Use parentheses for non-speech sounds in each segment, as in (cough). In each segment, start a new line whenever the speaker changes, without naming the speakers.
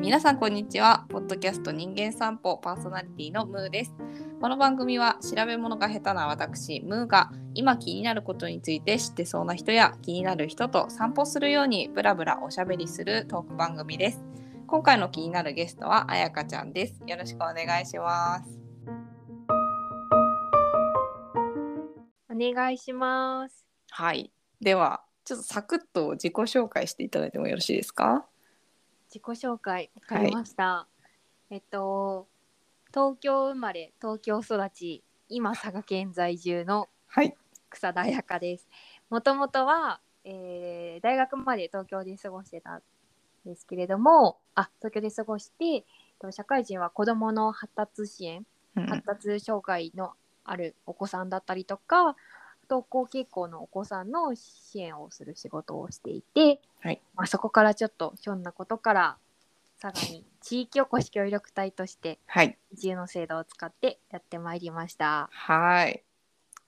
皆さんこんにちはポッドキャスト人間散歩パーソナリティのムーですこの番組は調べ物が下手な私ムーが今気になることについて知ってそうな人や気になる人と散歩するようにブラブラおしゃべりするトーク番組です今回の気になるゲストはあやかちゃんですよろしくお願いします
お願いします。
はいではちょっとサクッと自己紹介していただいてもよろしいですか
自己紹介わかりました。えっと東京生まれ、東京育ち、今佐賀県在住の
はい
草田彩香です。もともとは、えー大学まで東京で過ごしてたんですけれども、あ東京で過ごしてえっと社会人は子どもの発達支援
うん
発達障害のあるお子さんだったりとか登校傾向のお子さんの支援をする仕事をしていて、
はい
まあ、そこからちょっとひょんなことからさらに地域おこし協力隊として
はい
自由の制度を使ってやってまいりました。
はい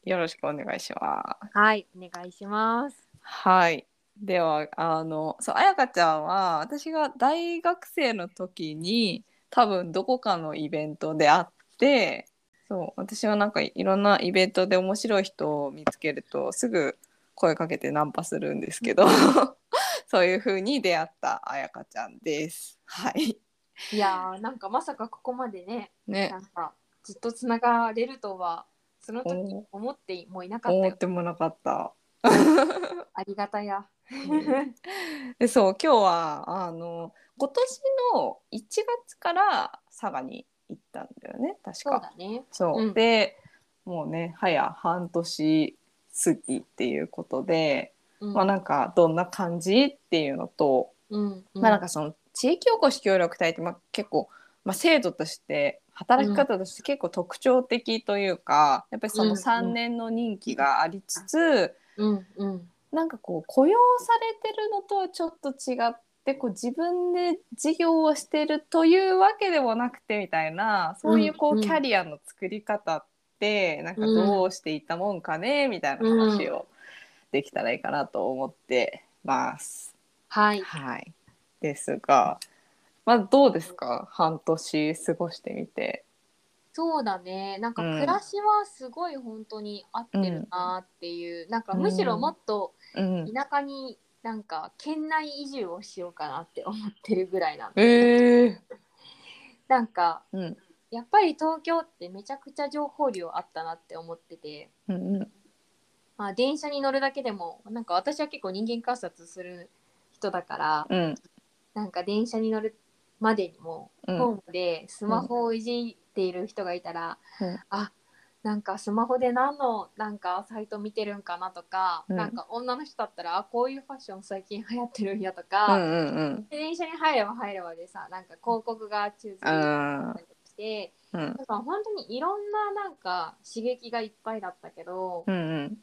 よろしくお願いします
はいお願いします。
はい。では、あの、そう、彩香ちゃんは、私が大学生の時に、多分どこかのイベントで会って、そう、私はなんかいろんなイベントで面白い人を見つけると、すぐ声かけてナンパするんですけど、 (laughs) そういう風に出会った彩香ちゃんです。はい。
いやーなんかまさかここまでね
ね
な、んかずっとつながれるとはその時
お
思ってもいなかった
思
よ
ってもなかった。
ありがたや。
でそう (laughs) 今日はあの今年の1月から佐賀に行ったんだよね確
そう
か。
だね。
そう
うん
でもうねはや半年過ぎっていうことで、
うん
まあなんかどんな感じっていうのと、
うんう
まあなんかその地域おこし協力隊って、まあ、結構、まあ、制度として働き方として結構特徴的というか、やっぱりそ
うんう
の
ん
3年の任期がありつつ、
うんうん
なんかこう雇用されてるのとはちょっと違ってこう自分で事業をしてるというわけでもなくてみたいなそういうこ
う
う
んうん
キャリアの作り方ってなんかどうしていたもんかねみたいな話をできたらいいかなと思ってます。
はい。
はい、ですが、まあ、どうですか半年過ごしてみて。
そうだね。なんか
うん
暮らしはすごい本当に合ってるなっていう、なんかむしろもっと
うん、
田舎になんか県内移住をしようかなって思ってるぐらいなの。
えー
なんか
うん
やっぱり東京ってめちゃくちゃ情報量あったなって思ってて。
うんうん
まあ、電車に乗るだけでもなんか私は結構人間観察する人だから
うん
なんか電車に乗るまでにも
う
ホー
ん
ムでスマホをいじっている人がいたら、
うん
あなんかスマホで何のなんかサイト見てるんかなとか、
うん
なんか女の人だったらあこういうファッション最近流行ってるんやと
う
か、
んうんうん
で電車に入れば入ればでさなんか広告が中継さ
あ
れてきて
ーうん
なんか本当にいろんななんか刺激がいっぱいだったけど
う、んうん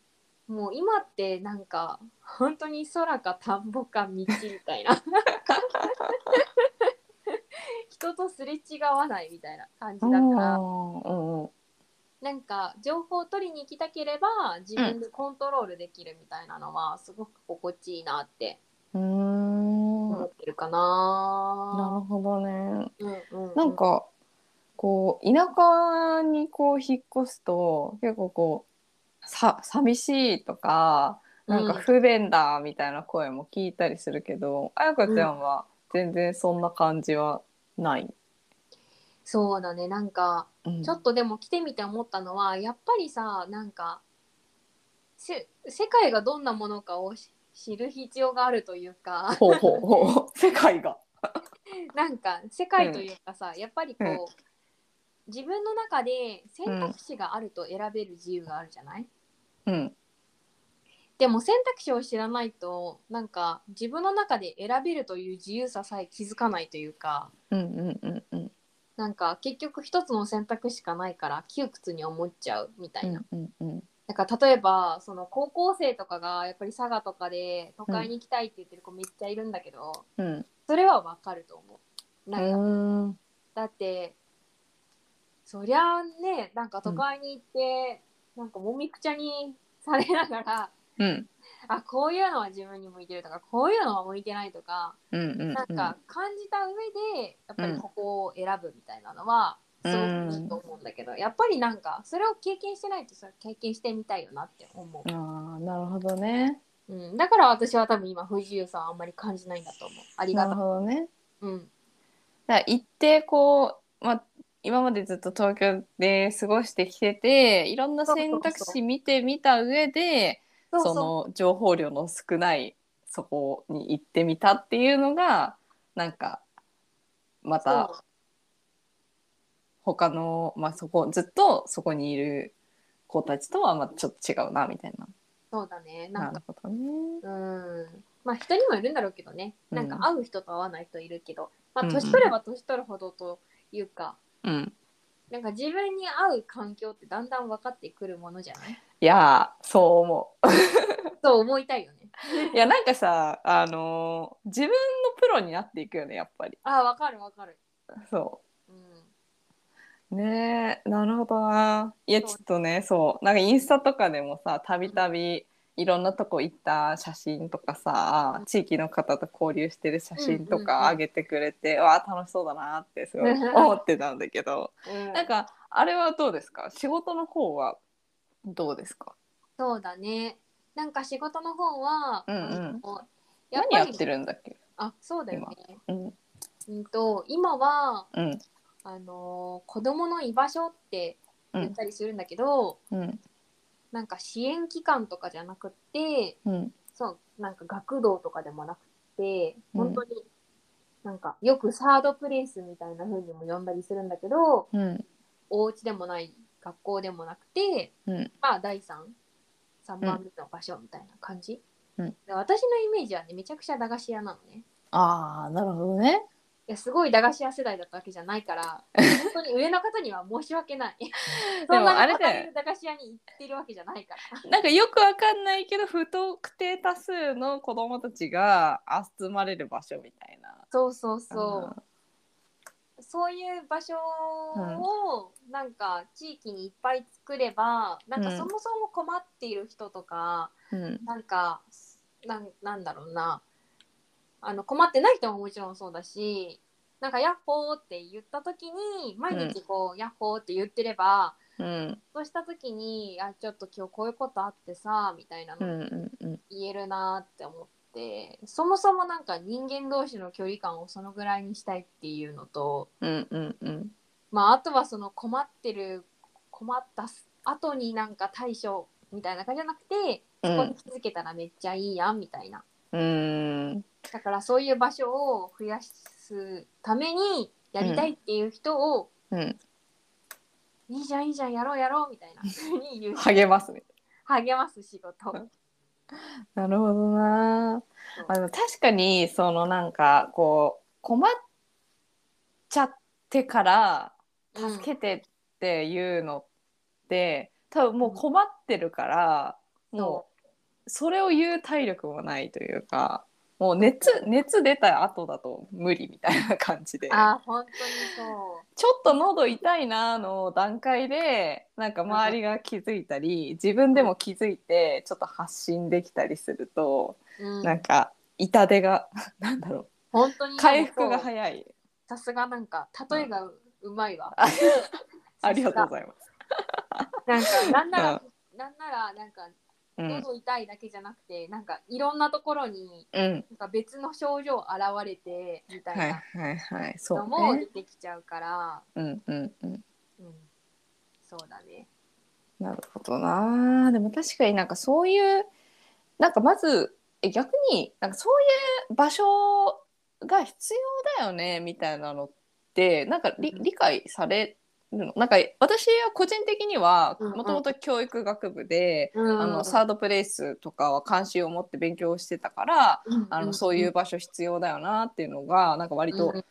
もう今ってなんか本当に空か田んぼか道みたい
(laughs)
な人とすれ違わないみたいな感じだから
うんうん
なんか情報を取りに行きたければ自分でコントロールできるみたいなのはすごく心地いいなって
うーん
思
な
ってるかな。
るほどね。
うんうん
なんかこう田舎にこう引っ越すと結構こうさ寂しいとかなんか不便だみたいな声も聞いたりするけど、あやかちゃんは全然そんな感じはない。
そうだねなんか
うん
ちょっとでも来てみて思ったのはやっぱりさなんかせ世界がどんなものかをし知る必要があるというか (laughs)
ほうほうほう世界が。
なんか世界というかさ、やっぱりこう、自分の中で選択肢があると選べる自由があるじゃない、
うん
でも選択肢を知らないとなんか自分の中で選べるという自由ささえ気づかないというか
うんうんうんうん
なんか結局一つの選択しかないから窮屈に思っちゃうみたいな。
うんうん
なんか例えばその高校生とかがやっぱり佐賀とかで都会に行きたいって言ってる子めっちゃいるんだけど、
うん
それはわかると思う。なんか
うんうん
だってそりゃあねなんか都会に行って、なんかもみくちゃにされながら (laughs)
うん
あこういうのは自分に向いてるとかこういうのは向いてないとか、
うんうん
なん
うん
か感じた上でやっぱりここを選ぶみたいなのはすごくいいと思うんだけど、やっぱりなんかそれを経験してないとそれ経験してみたいよなって思
ああなるほどね
う、うん、だから私は多分今不自由さはあんまり感じないんだと思うあり
なる
がた
ほどね
う、うん、
だから行ってこう、まあ、今までずっと東京で過ごしてきてていろんな選択
そうそう
肢見てみた上で
そう
そ
そう
の情報量の少ないそこに行ってみたっていうのがなんかまた
そう
他の、まあ、そこずっとそこにいる子たちとはまたちょっと違うなみたいな。
そうだねな
なんる
か
ほどね。
うんまあ人にもいるんだろうけどね
うん
なんか会う人と会わない人いるけど、
う
ま
ん
あ
うん
年取れば年取るほどというか、
うん、
なんか自分に合う環境ってだんだん分かってくるものじゃ
(laughs)
ない
いやーそう思う。
そう思いたいよね
いやなんかさ、あのー自分のプロになっていくよねやっぱり。
あ分かる分かる
そう
うん
ねえなるほどないや
そう
ちょっとねそうなんかインスタとかでもさたびたびいろんなとこ行った写真とかさ地域の方と交流してる写真と
うんうんうん
か上げてくれて、わあ楽しそうだなってすごい思ってたんだけど
うん、
なんかあれはどうですか仕事の方はどうですか
そうだねなんか仕事の方は、
うんうん
あのやっ
何
ぱ
や
り
ってるんだっけ
あそうだよね
うん
うんと今は
うん
あのー子供の居場所って言ったりするんだけど、
うん
なんか支援機関とかじゃなくって
うん
そうなんか学童とかでもなくて
うん
本当になんかよくサードプレイスみたいな風にも呼んだりするんだけど
うん
お家でもない学校でもなくて、
うん
まあ第33番目の場所みたいな感じ、
うん
で私のイメージはねめちゃくちゃ駄菓子屋なのね
ああなるほどね
いやすごい駄菓子屋世代だったわけじゃないから本当に上の方には申し訳ないそん
もあ
な
れ
に
だよ
働いる駄菓子屋に行ってるわけじゃないから
なんかよくわかんないけど不特定多数の子供たちが集まれる場所みたいな。
そうそうそうそういう場所をなんか地域にいっぱい作れば、なんか
うん
そもそも困っている人とか、
うん。
なんかなんなんだろうなあの困ってない人ももちろんそうだしなんか「ヤッホー」って言った時に毎日こう「ヤッホー」って言ってれば、
うん。
そうした時に「あちょっと今日こういうことあってさ」みたいな
うん。う
の
ん。うん。
言えるなって思って、そもそもなんか人間同士の距離感をそのぐらいにしたいっていうのと。
うん。うん。うん。
まあ、あとはその困ってる困ったす後になんか対処みたいな感じじゃなくて
う
そこに
ん。
気づけたらめっちゃいいやんみたいな、
うん。
だからそういう場所を増やすためにやりたいっていう人を、
うん。
いいじゃんいいじゃんやろうやろうみたいなふうに言う
励ますね。
励ます仕事
なるほどな。あの、確かに、そのなんか、こう、困っちゃってから。助けてっていうのって、多分もう困ってるから、もうそれを言う体力もないというかもう熱熱出た後だと無理みたいな感じで
うんあー本当にそ
ちょっと喉痛いなの段階でなんか周りが気づいたり自分でも気づいてちょっと発信できたりすると、
う、う
なん
ん、
か痛手が (laughs) なんだろ
本当に
う回復が
い
早い
さすがなんか例えがううまいわ、
あありがとうございます。
なんかなんな
う
らなんならなんか
うん
喉痛いだけじゃなくて、なんかいろんなところに
うん
なんか別の症状現れてみたい
はい
な
はいはいそ
のも
うね
出てきちゃうから、
うんうんうん
うん、そうだね。
なるほどなでも確かになんかそういうなんかまずえ逆になんかそういう場所が必要だよねみたいなのってなんか理
うん
理解されるのなんか私は個人的には
うんうん
もともと教育学部で、
うん
あのサードプレイスとかは関心を持って勉強してたから、あのそういうう場所必要だよなっていうのがなんか割と
ん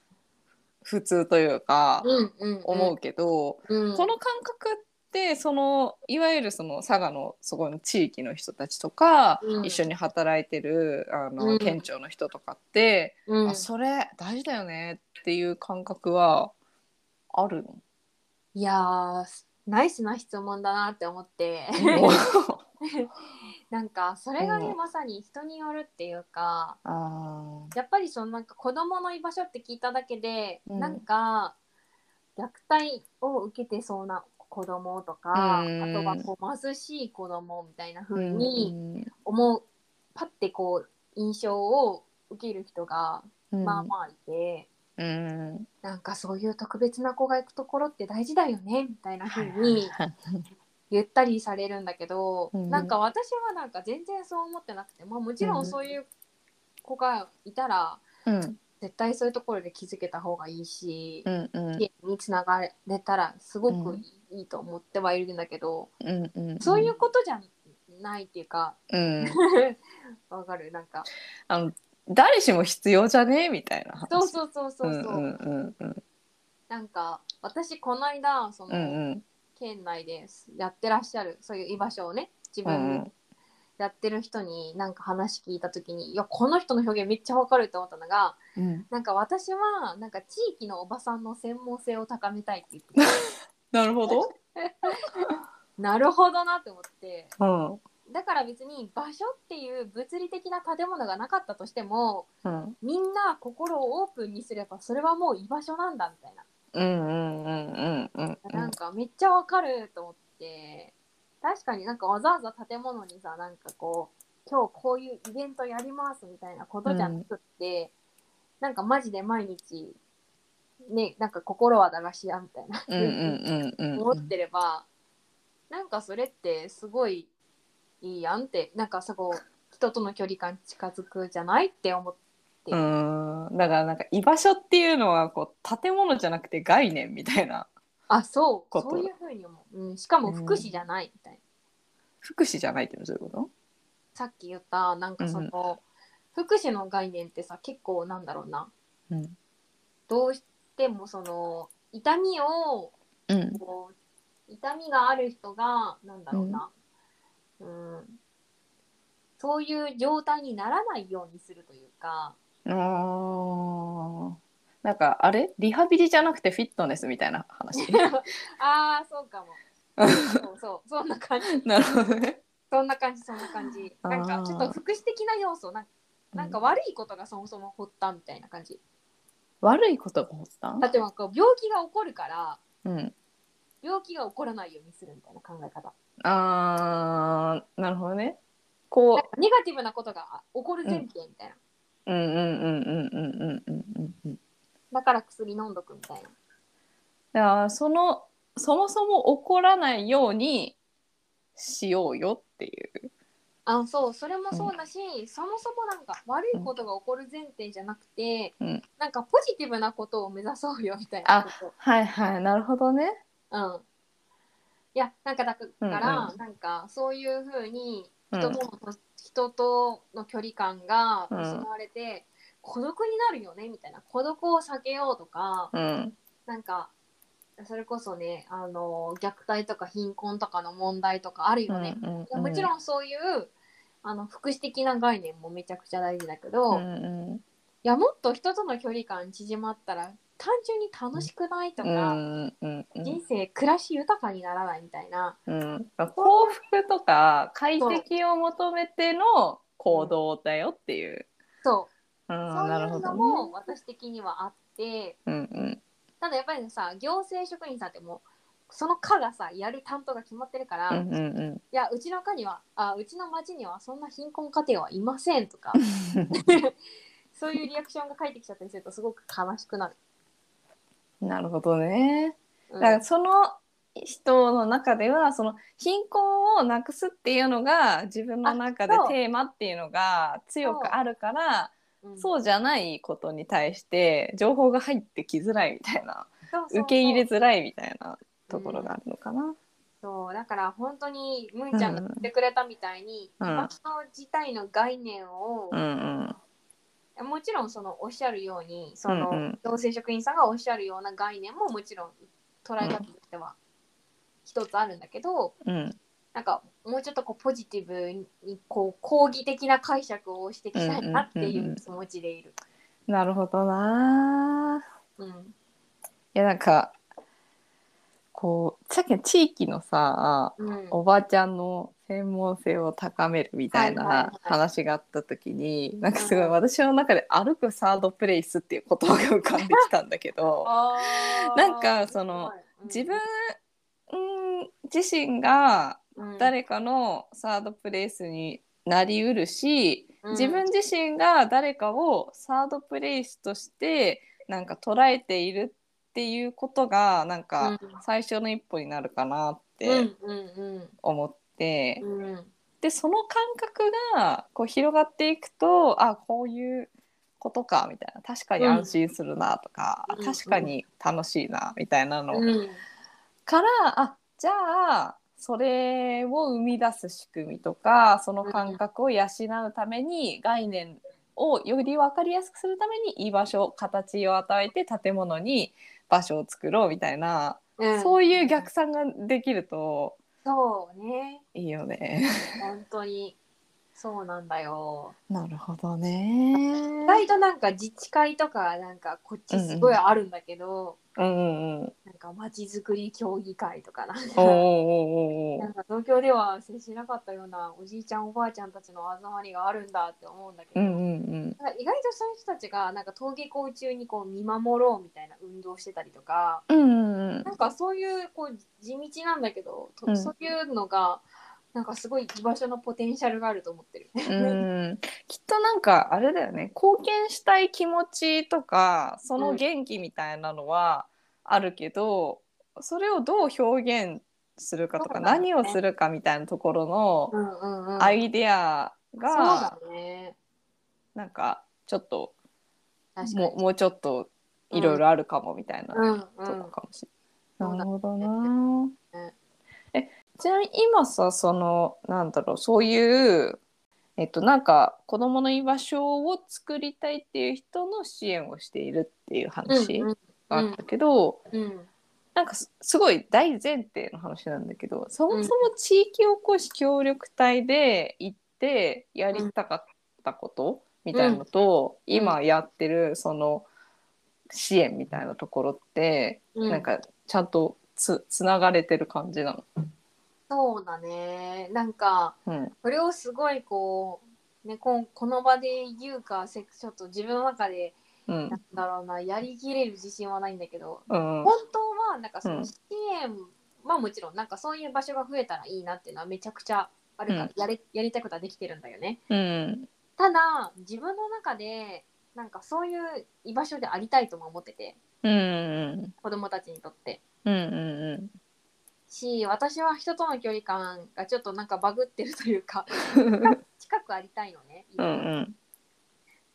普通というか
うんうん、
思うけど、
うん、うん、
この感覚ってそのいわゆるその佐賀のそこの地域の人たちとか、
うん
一緒に働いてるあの、
うん
県庁の人とかって、
うん、
あそれ大事だよねっていう感覚はあるの
いやーナイスな質問だなって思って
もう
なんかそれがね、
うん
まさに人によるっていうか
(laughs) あ
やっぱりそのなんか子供の居場所って聞いただけで、
うん
なんか虐待を受けてそうな子供とか、
うん
あとはこう貧しい子供みたいな
ーう
風
ん
に思う、パッてこう印象を受ける人が
うん
まあまあいて、
うん
なんかそういう特別な子が行くところって大事だよねみたいな風に言ったりされるんだけど、
うん
なんか私はなんか全然そう思ってなくて、まあ、もちろんそういう子がいたら、
うん
絶対そういうところで気づけた方がいいし
う、んうん
支援につながれたらすごくいいと思ってはいるんだけど、
うんうん
そういうことじゃないっていうか (laughs)
うん
わかるなんか
あの誰しも必要じゃねみたいな話
そうそうそうそうそう、
うんうんうん
なんか私この間そ
うんう
の
ん
県内でやってらっしゃるそういう居場所をね自
うんう
分
ん
やってる人になんか話聞いた時に、いやこの人の表現めっちゃわかると思ったのが
うん
なんか私はなんか地域のおばさんの専門性を高めたいって言ってて
なるほど
なるほどなって思って。
うん
だから別に場所っていう物理的な建物がなかったとしても
うん
みんな心をオープンにすればそれはもう居場所なんだみたいな、
うんうんうんうんう
なん
ん
かめっちゃわかると思って確かになんかわざわざ建物にさなんかこう今日こういうイベントやりますみたいなことじゃなくって、なんかマジで毎日ねなんか心は駄菓子屋みたいな、
うんうんうん
思ってれば、なんかそれってすごいいいやんってなんかそこ人との距離感近づくじゃないって思って
うんうんだからなんか居場所っていうのはこう建物じゃなくて概念みたいな
あそう
こと
そういうふうに思う、うん、しかも福祉じゃないみたいな、
福祉じゃないっていうのそういうこ
さっき言ったなんかその、福祉の概念ってさ結構なんだろうな
とうん
どうしてもその痛みを
うん
こう痛みがある人がなんだろうな、うんそういう状態にならないようにするというか
あーなんかあれリハビリじゃなくてフィットネスみたいな話
ああそうか (laughs) もそうそうそんな感じ
なるほどね
そんな感じそんな感じ
あー
なんかちょっと福祉的な要素なんなんか悪いことがそもそも発端みたいな感じ
悪いことが起こった
例えばこう病気が起こるから
うん
病気が起こらないようにするみたいな考え方
あーなるほどねこ
なんかネガティブなことが起こる前提みたいな、
ううんうんうんうんうんうんうんうんうん
だから薬飲んどくみたいな
だからそのそもそも起こらないようにしようよっていう
あそうそれもそうだし、そもそもなんか悪いことが起こる前提じゃなくて、
うん
なんかポジティブなことを目指そうよみたいなこと
はいはいなるほどね
うんいやなんかだから、
うん
なんかそういうふうに
うん
人との、人との距離感が
うん
失われて、孤独になるよねみたいな孤独を避けようとか
うん
なんかそれこそねあの虐待とか貧困とかの問題とかある
う
よね、
ん
いやもちろんそういうあの福祉的な概念もめちゃくちゃ大事だけど、
うん
い
うん
やもっと人との距離感縮まったら単純に楽しくないと
う
か、
んうんうん
人生暮らし豊かにならないみたいな。
うん幸福とか快適を求めての行動だよっていう
そう
うん
そう
なる
い
ほ
う
ど
の
ね
も私的にはあって、
うんうん
ただやっぱりさ行政職員さんってもうその課がさやる担当が決まってるから、
う
い
んうんうん
やうちの課にはあうちの町にはそんな貧困家庭はいません
(laughs)
とかそういうリアクションが返ってきちゃったりするとすごく悲しくなる。
なるほどね
うん
だからその人の中ではその貧困をなくすっていうのが自分の中で
あそう
テーマっていうのが強くあるから
うん
そうじゃないことに対して情報が入ってきづらいみたいな
そうそうそう
受け入れづらいみたいなところがあるのかな。
そうだから本当にむーちゃんが言ってくれたみたいに、
うん
居場所自体の概念を
う、ん
もちろんそのおっしゃるようにその、
うんうん
行政職員さんがおっしゃるような概念ももちろん捉え方としては一つあるんだけど、
うんうん
なんかもうちょっとこうポジティブにこう抗議的な解釈をしていきたいなって
ん
い
うんうんう
うん気持ちでいる。
なるほどな。
うん
いやなんかこうさっきの地域のさ
うん
おばあちゃんの専門性を高めるみたい
はいはいは
ない話があった時になんかすご
う
い
ん
私の中で「歩くサードプレイス」っていう言葉が浮かんできたんだけどなんかその自分、うん自身が誰かのサードプレイスになりうるし、
うん
自分自身が誰かをサードプレイスとしてなんか捉えているっていうことがなんか
うん
最初の一歩になるかなっ
う
て
んうん
思って、
うんうん
でその感覚がこう広がっていくとあこういうことかみたいな確かに安心するなとか、
うん
確かに楽しいなみたいなの
うん
からあじゃあそれを生み出す仕組みとかその感覚を養うために概念をより分かりやすくするために居場所形を与えて建物に場所を作ろうみたいな、
うん
そういう逆算ができると
そうね
いいよね。 (laughs)
本当にそうなんだよ
なるほどね。
意外となんか自治会とかなんかこっちすごいあるんだけど、
うんうんうん。
なんかまちづくり協議会とかなん
おーおー
か
おーお
な
ー
んか東京では接しなかったようなおじいちゃんおばあちゃんたちの集まりがあるんだって思うんだけ
う
ど、
んうんうん。
なんか意外とそういう人たちがなんか登下校中にこう見守ろうみたいな運動してたりとか
うんうん
なんかそういうこう地道なんだけど、と
うん
そういうのがなんかすごい居場所のポテンシャルがあると思ってる。
うん、うんきっとなんかあれだよね貢献したい気持ちとかその元気みたいなのはあるけど、それをどう表現するかと
そ
か、
うだね
何をするかみたいなところ
う
の
んうんうん、
アイデアが、
そうだね
なんかちょっと
確かに
ももうちょっといろいろあるかもみたいな
うん
とこかもしれない。
うん
なるほどな
うん。
え、ちなみに今さ、その、なんだろう、そういう、えっと、なんか、子供の居場所を作りたいっていう人の支援をしているっていう話
うん
があったけど、
うんうん
なんかすすごい大前提の話なんだけど、そもそも地域おこし協力隊で行ってやりたかったことみたいなのと、
ん
今やってるその支援みたいなところって、
うん
なんかちゃんとつつながれてる感じなの。
そうだねなんか
うん、
それをすごいこう、ね、こんこの場で言うかせちょっと自分の中で
うん
なんだろうなやりきれる自信はないんだけど
うん
本当はなんかそ
うん
の支援はもちろんなんかそういう場所が増えたらいいなっていうのはめちゃくちゃあるから、
うん
やれやりたいことはできてるんだよね。
うん
ただ自分の中でなんかそういう居場所でありたいとも思ってて
うんうん
子供たちにとって。
うんうん
し私は人との距離感がちょっとなんかバグってるという
(laughs)
か近くありたいのね、
うんうん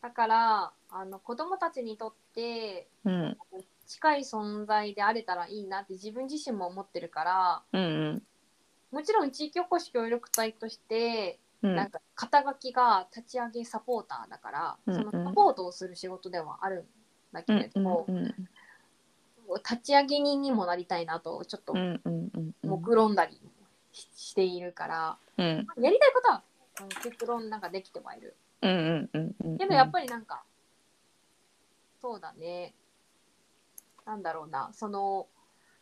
だからあの子供たちにとって
うん
近い存在であれたらいいなって自分自身も思ってるから
うん
もちろん地域おこし協力隊として、
うん
なんか肩書きが立ち上げサポーターだから、
うん
そのサポートをする仕事ではあるんだけ
う
れ
ん
ども、
うん
立ち上げ人にもなりたいなとちょっと
うんうんうん
目論んだりししているから、
うん
やりたいことはうん結論なんかできてはいる。
うんうんうんうん
けどやっぱりなんか、そうだねなんだろうなその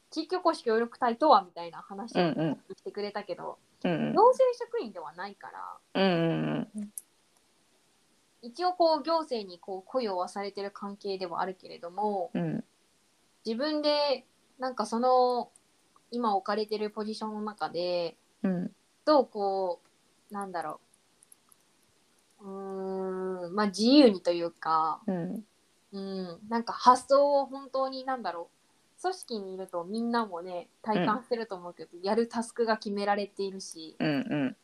地域おこし協力隊とはみたいな話
うん
を
うん
してくれたけど、
うん
行政職員ではないか
う
ら
ん
一応こう行政にこう雇用はされてる関係ではあるけれども
うん
自分でなんかその今置かれてるポジションの中で
うん
どうこうなんだろううーんまあ自由にというか
うん
うん、なんか発想を本当になんだろう組織にいるとみんなもね体感してると思うけど、やるタスクが決められているし
うん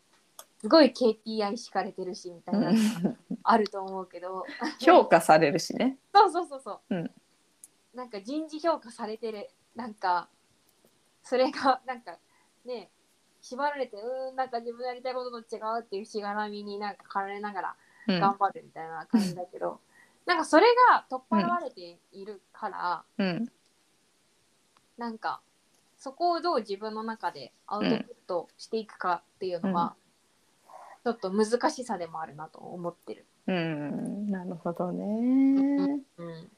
すごい KPI 敷かれてるしみたいなの
うん
あると思うけど
評価されるしね。
そうそうそうそう、
うん
なんか人事評価されてるなんかそれがなんかね縛られてうーんなんか自分のやりたいことと違うっていうしがらみになんか駆られながら
うん
頑張るみたいな感じだけど、なんかそれが取っ払われているから。
うん
なんかそこをどう自分の中でアウトプットしていくかっていうのは、ちょっと難しさでもあるなと思ってる。
うんなるほどね。
うん、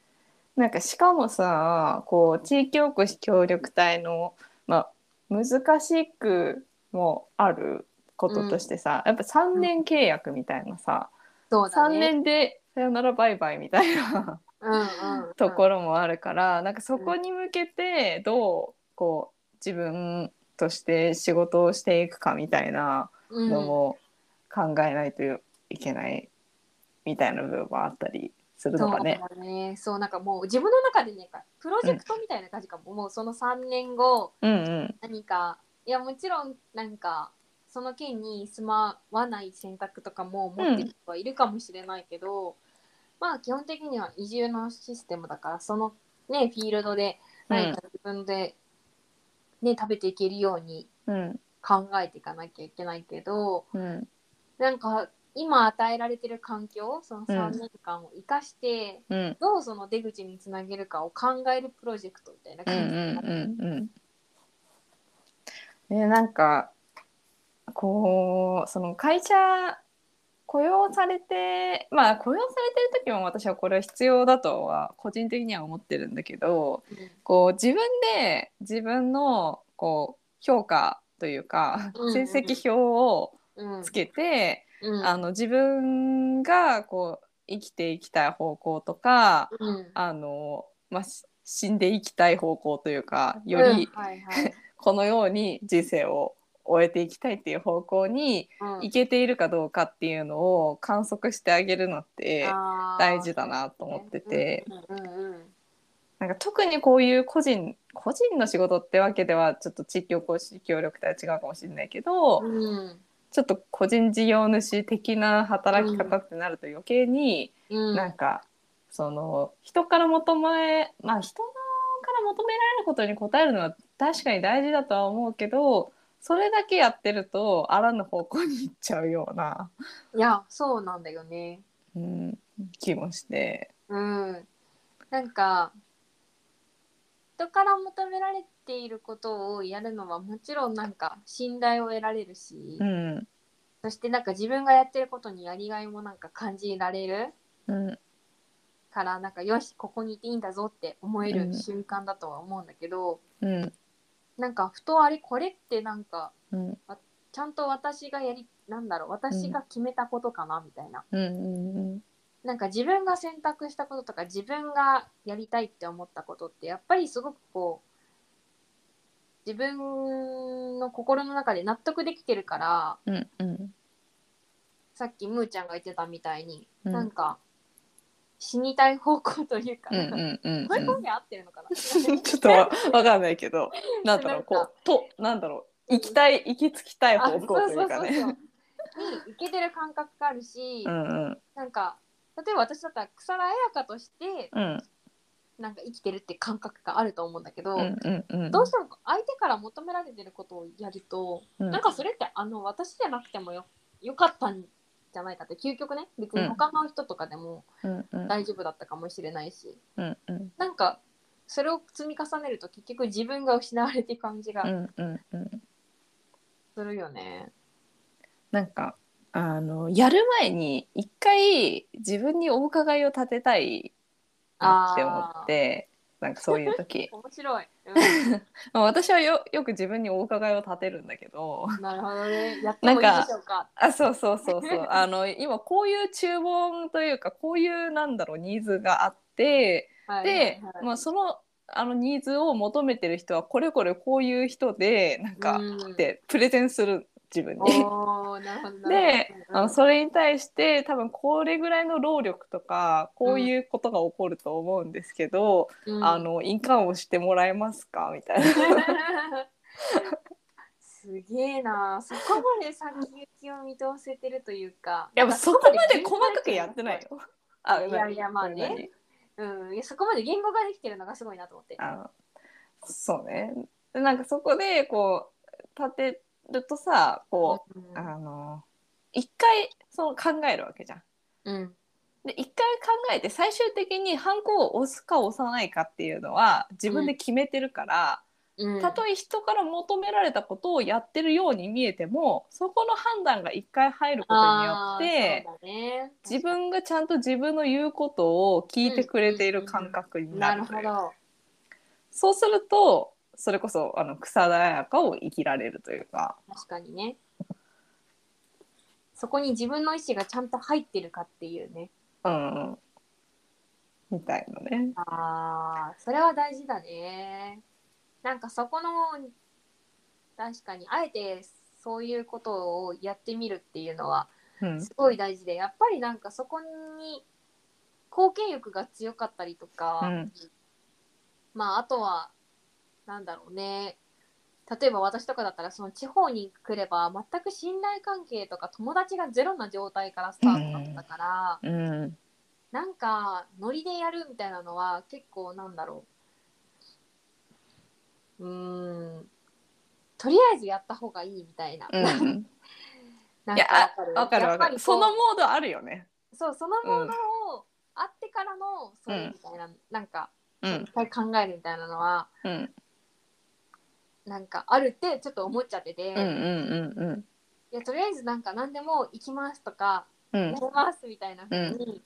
なんかしかもさこう地域おこし協力隊の、まあ、難しくもあることとしてさ、やっぱ3年契約みたいなさ、
そうだ
3
ね。
年でさよならバイバイみたいな
うんうんうん、
ところもあるから、なんかそこに向けてどうこう自分として仕事をしていくかみたいな
うん
のも考えないといけないみたいな部分もあったりするのかね。
そうだね。そう、なんかもう自分の中でね、プロジェクトみたいな感じかも。もうその3年後、
うんうん
何か、いや、もちろん、なんか、その件に住まわない選択とかも持ってる人はいるかもしれないけど、まあ、基本的には移住のシステムだから、そのね、フィールドで、何か自分で、ね、食べていけるように
うん
考えていかなきゃいけないけど、
うん
なんか、今与えられてる環境、その3
うん
年間を生かして、
うん
どうその出口につなげるかを考えるプロジェクトみたいな
うんう
感じ、
んうんうん。ねなんかこうその会社雇用されてまあ雇用されてる時も私はこれは必要だとは個人的には思ってるんだけどこう自分で自分のこう評価というか
うんうん
成績表を
うん
つけて、
うん
あの自分がこう生きていきたい方向とか
うん
あの、まあ、し死んでいきたい方向というかより
うんはい
(laughs)
はい
このように人生を終えていきたいっていう方向に
うん
いけているかどうかっていうのを観測してあげるのって
あー
大事だなと思ってて、
うんうんうん
なんか特にこういう個人個人の仕事ってわけではちょっと地域おこし協力隊は違うかもしれないけど、
うん
ちょっと個人事業主的な働き方ってなると余計に、
うん
なんかその人から求めまあ人から求められることに応えるのは確かに大事だとは思うけどそれだけやってるとあらぬ方向に行っちゃうような、
いやそうなんだよね
うん、気もして。
うんなんか人から求められていることをやるのはもちろんなんか信頼を得られるし、
うんうん
そしてなんか自分がやってることにやりがいもなんか感じられる
うん
からなんかよしここにいていいんだぞって思え
うん
る瞬間だとは思うんだけど、
うん
なんかふとあれこれってなんか
うん
ちゃんと私がやりなんだろう私が決めたことかなみたいな、
うんうん
なんか自分が選択したこととか自分がやりたいって思ったことってやっぱりすごくこう自分の心の中で納得できてるから
うんうん
さっきむーちゃんが言ってたみたいに、
うん
なんか死にたい方向というか、
うん
なんか
うん
これ
う
表現合ってるのかな
ん (laughs) ちょっとわわかんないけどなんだろう
な
こうとなんだろう行きたい行き着きたい
あ
方向というか
そうそうそうそ
ね。
うにいけてる感覚があるし、
うんうん
なんか例えば私だったら草田彩香として
うん
なんか生きてるって感覚があると思うんだけど、
うんうんうん
どうしても相手から求められてることをやると、
うん
なんかそれってあの私じゃなくてもよよかったんじゃないかって究極ね別に他の人とかでも
うんうん
大丈夫だったかもしれないし、
うんうん
なんかそれを積み重ねると結局自分が失われていく感じ
う
が
んうんうん
するよね。
なんかあのやる前に一回自分にお伺いを立てたいなって思ってなんかそういう時
(laughs) 面白い、
まあ私はよよく自分にお伺いを立てるんだけど (laughs)
うん、なるほどねやってもいいでしょうか
あそうそうそうそうあの今こういう注文というかこういうなんだろうニーズがあって
はいはい
で、まあ、そのあのニーズを求めてる人はこれこれこういう人でなんか、
うん
ってプレゼンする自分に。
おーなるほどなるほ
(laughs)
ど
で
うん、
あのそれに対して多分これぐらいの労力とかこういうことが起こると思うんですけど、
うん
あの印鑑をしてもらえますかみたいな。
すげえなそこまで先行きを見通せてるというか
やっぱそこまで細かくやってないよ。あ
いやいやまあ。
ごめんごめ
ね
ん
うんいやそこまで言語ができてるのがすごいなと思って
あのそうね。でなんかそこでこう立てるとさこ
うん
うあの一回その考えるわけじゃん。
うん
で一回考えて最終的にハンコを押すか押さないかっていうのは自分で決めてるから。
うん
たとえ人から求められたことをやってるように見えてもそこの判断が一回入ることによ
あー
って
そうだね
自分がちゃんと自分の言うことを聞いてくれている感覚にな
な
る
る
とい
ほ
う
ど
そうするとそれこそあの草田彩香を生きられるというか
確かにねそこに自分の意思がちゃんと入ってるかっていうね。
うんうん。みたいなね。
ああ、それは大事だね。なんかそこの、確かに、あえてそういうことをやってみるっていうのは、
うん。
すごい大事で、やっぱりなんかそこに、貢献欲が強かったりとか、
うん
まあ、あとは、なんだろうね。例えば私とかだったら、その地方に来れば、全く信頼関係とか友達がゼロな状態からスタートだったから、
うん。
なんかノリでやるみたいなのは結構なんだろううーんとりあえずやった方がいいみたいな、
うん。
なん
いや
か
わかる
や
わ
っぱ
か
りこ
る。
う
そのモードあるよね。
そうそのものをあってからのそれ
うん
みたいな、なんか
うん
一。回考えるみたいなのは
うん。
なんかあるってちょっと思っちゃってて、
うんうん
い
うん
やとりあえずなんか何でも行きますとか、
うん。う
や
ん。
りますみたいな風に、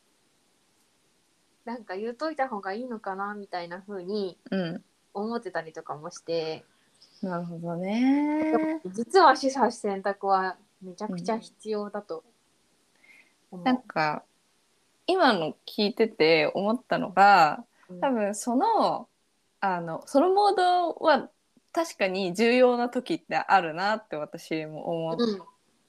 なんか言うといた方がいいのかなみたいな風に
うん。
思ってたりとかもして。
なるほどね。
実は取捨選択はめちゃくちゃ必要だと思う。
なんか、今の聞いてて思ったのが、
うん
多分その、あの、そのモードは確かに重要な時ってあるなって私も思っ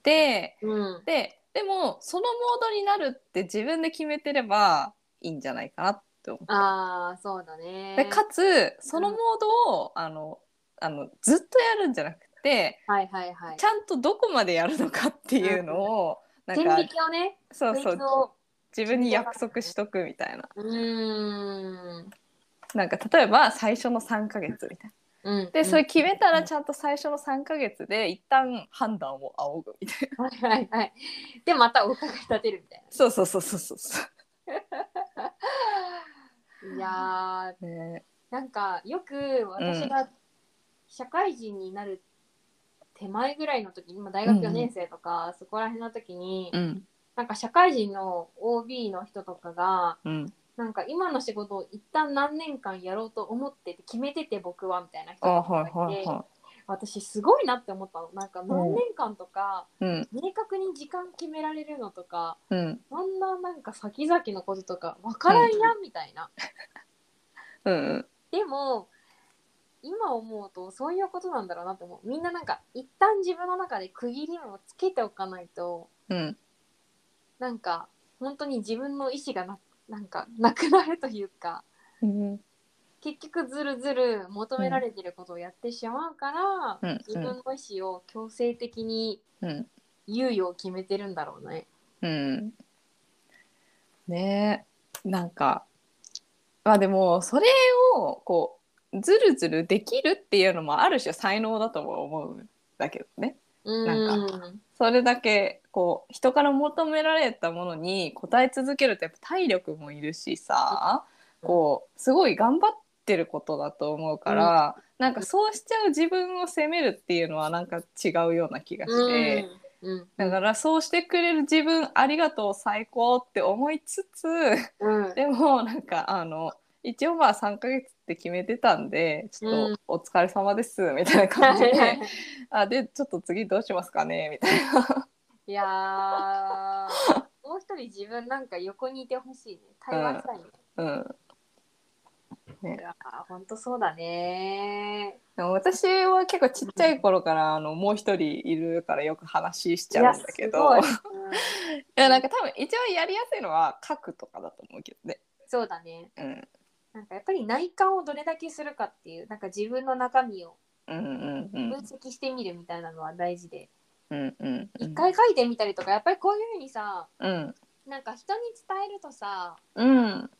て、
うん、うん、
で、でもそのモードになるって自分で決めてればいいんじゃないかなって思う
ああそうだね。
でかつそのモードを、あのあのずっとやるんじゃなくて
はいはいはい
ち。ゃんとどこまでやるのかっていうのを、
線
なん
引
か
きをね、
そうそ
線
う
引きを
自分に約束しとくみたいな
うーん。
なんか例えば最初の3ヶ月みたいな
うん、
でそれ決めたら
うん
ちゃんと最初の3ヶ月で一旦判断を仰ぐみたいな
はいはいはい。でまたお伺い立てるみたい
そうそうそうそうそうそ
な。いやー
うね
なんかよく私が社会人になる手前ぐらいの時、今大学4年生とか、そこら辺の時に、
うん
なんか社会人の OB の人とかが、
うん
なんか今の仕事を一旦何年間やろうと思ってて決めてて僕はみたいな人
あ
と
はい
かが
はいい
て、
は
私すごいなって思ったの。なんか何年間とか、
いうん
明確に時間決められるのとか、
うん
そんななんか先々のこととかわからんやんみたいな。
うんうん
でも、今思うとそういうことなんだろうなって思う。みんななんか一旦自分の中で区切りをつけておかないと、
うん
なんか本当に自分の意思がななんかなくなるというか、
うん
結局ずるずる求められてることをやってしまうから、
うん
自分の意思を強制的に
うん
猶予を決めてるんだろうね。
うん。ねえ、なんか、まあでも、それを、こう、ずるずるできるっていうのもある種才能だとも思うんだけどね。
うん
なんそれだけ、こう、人から求められたものに応え続けるとやっぱ体力もいるしさ、こう、すごい頑張ってることだと思うから、なんかそうしちゃう自分を責めるっていうのはなんか違うような気がして。
うん
だからそうしてくれる自分ありがとう最高って思いつつ
うんうん
でもなんかあの一応まあ3ヶ月って決めてたんでちょ
う
っ
ん
とお疲れ様ですみたいな感じで、
(laughs)
あでちょっと次どうしますかねみたい
いやーもう一人自分なんか横にいてほしいね。対話したいね。
な。うん、うん
いやーほんとそうだね。
でも私は結構ちっちゃい頃からあのもう一人いるからよく話しちゃうんだけど
い
い
や
や
すごいうん
なんか多分一番やりやすいのは書くとかだと思うけどね。
そうだね。
うん
なんかやっぱり内観をどれだけするかっていう、なんか自分の中身を
うんうんうん
分析してみるみたいなのは大事で、
うんうんう
一
ん
回書いてみたりとかやっぱりこういうふうにさ
うん
なんか人に伝えるとさ
うん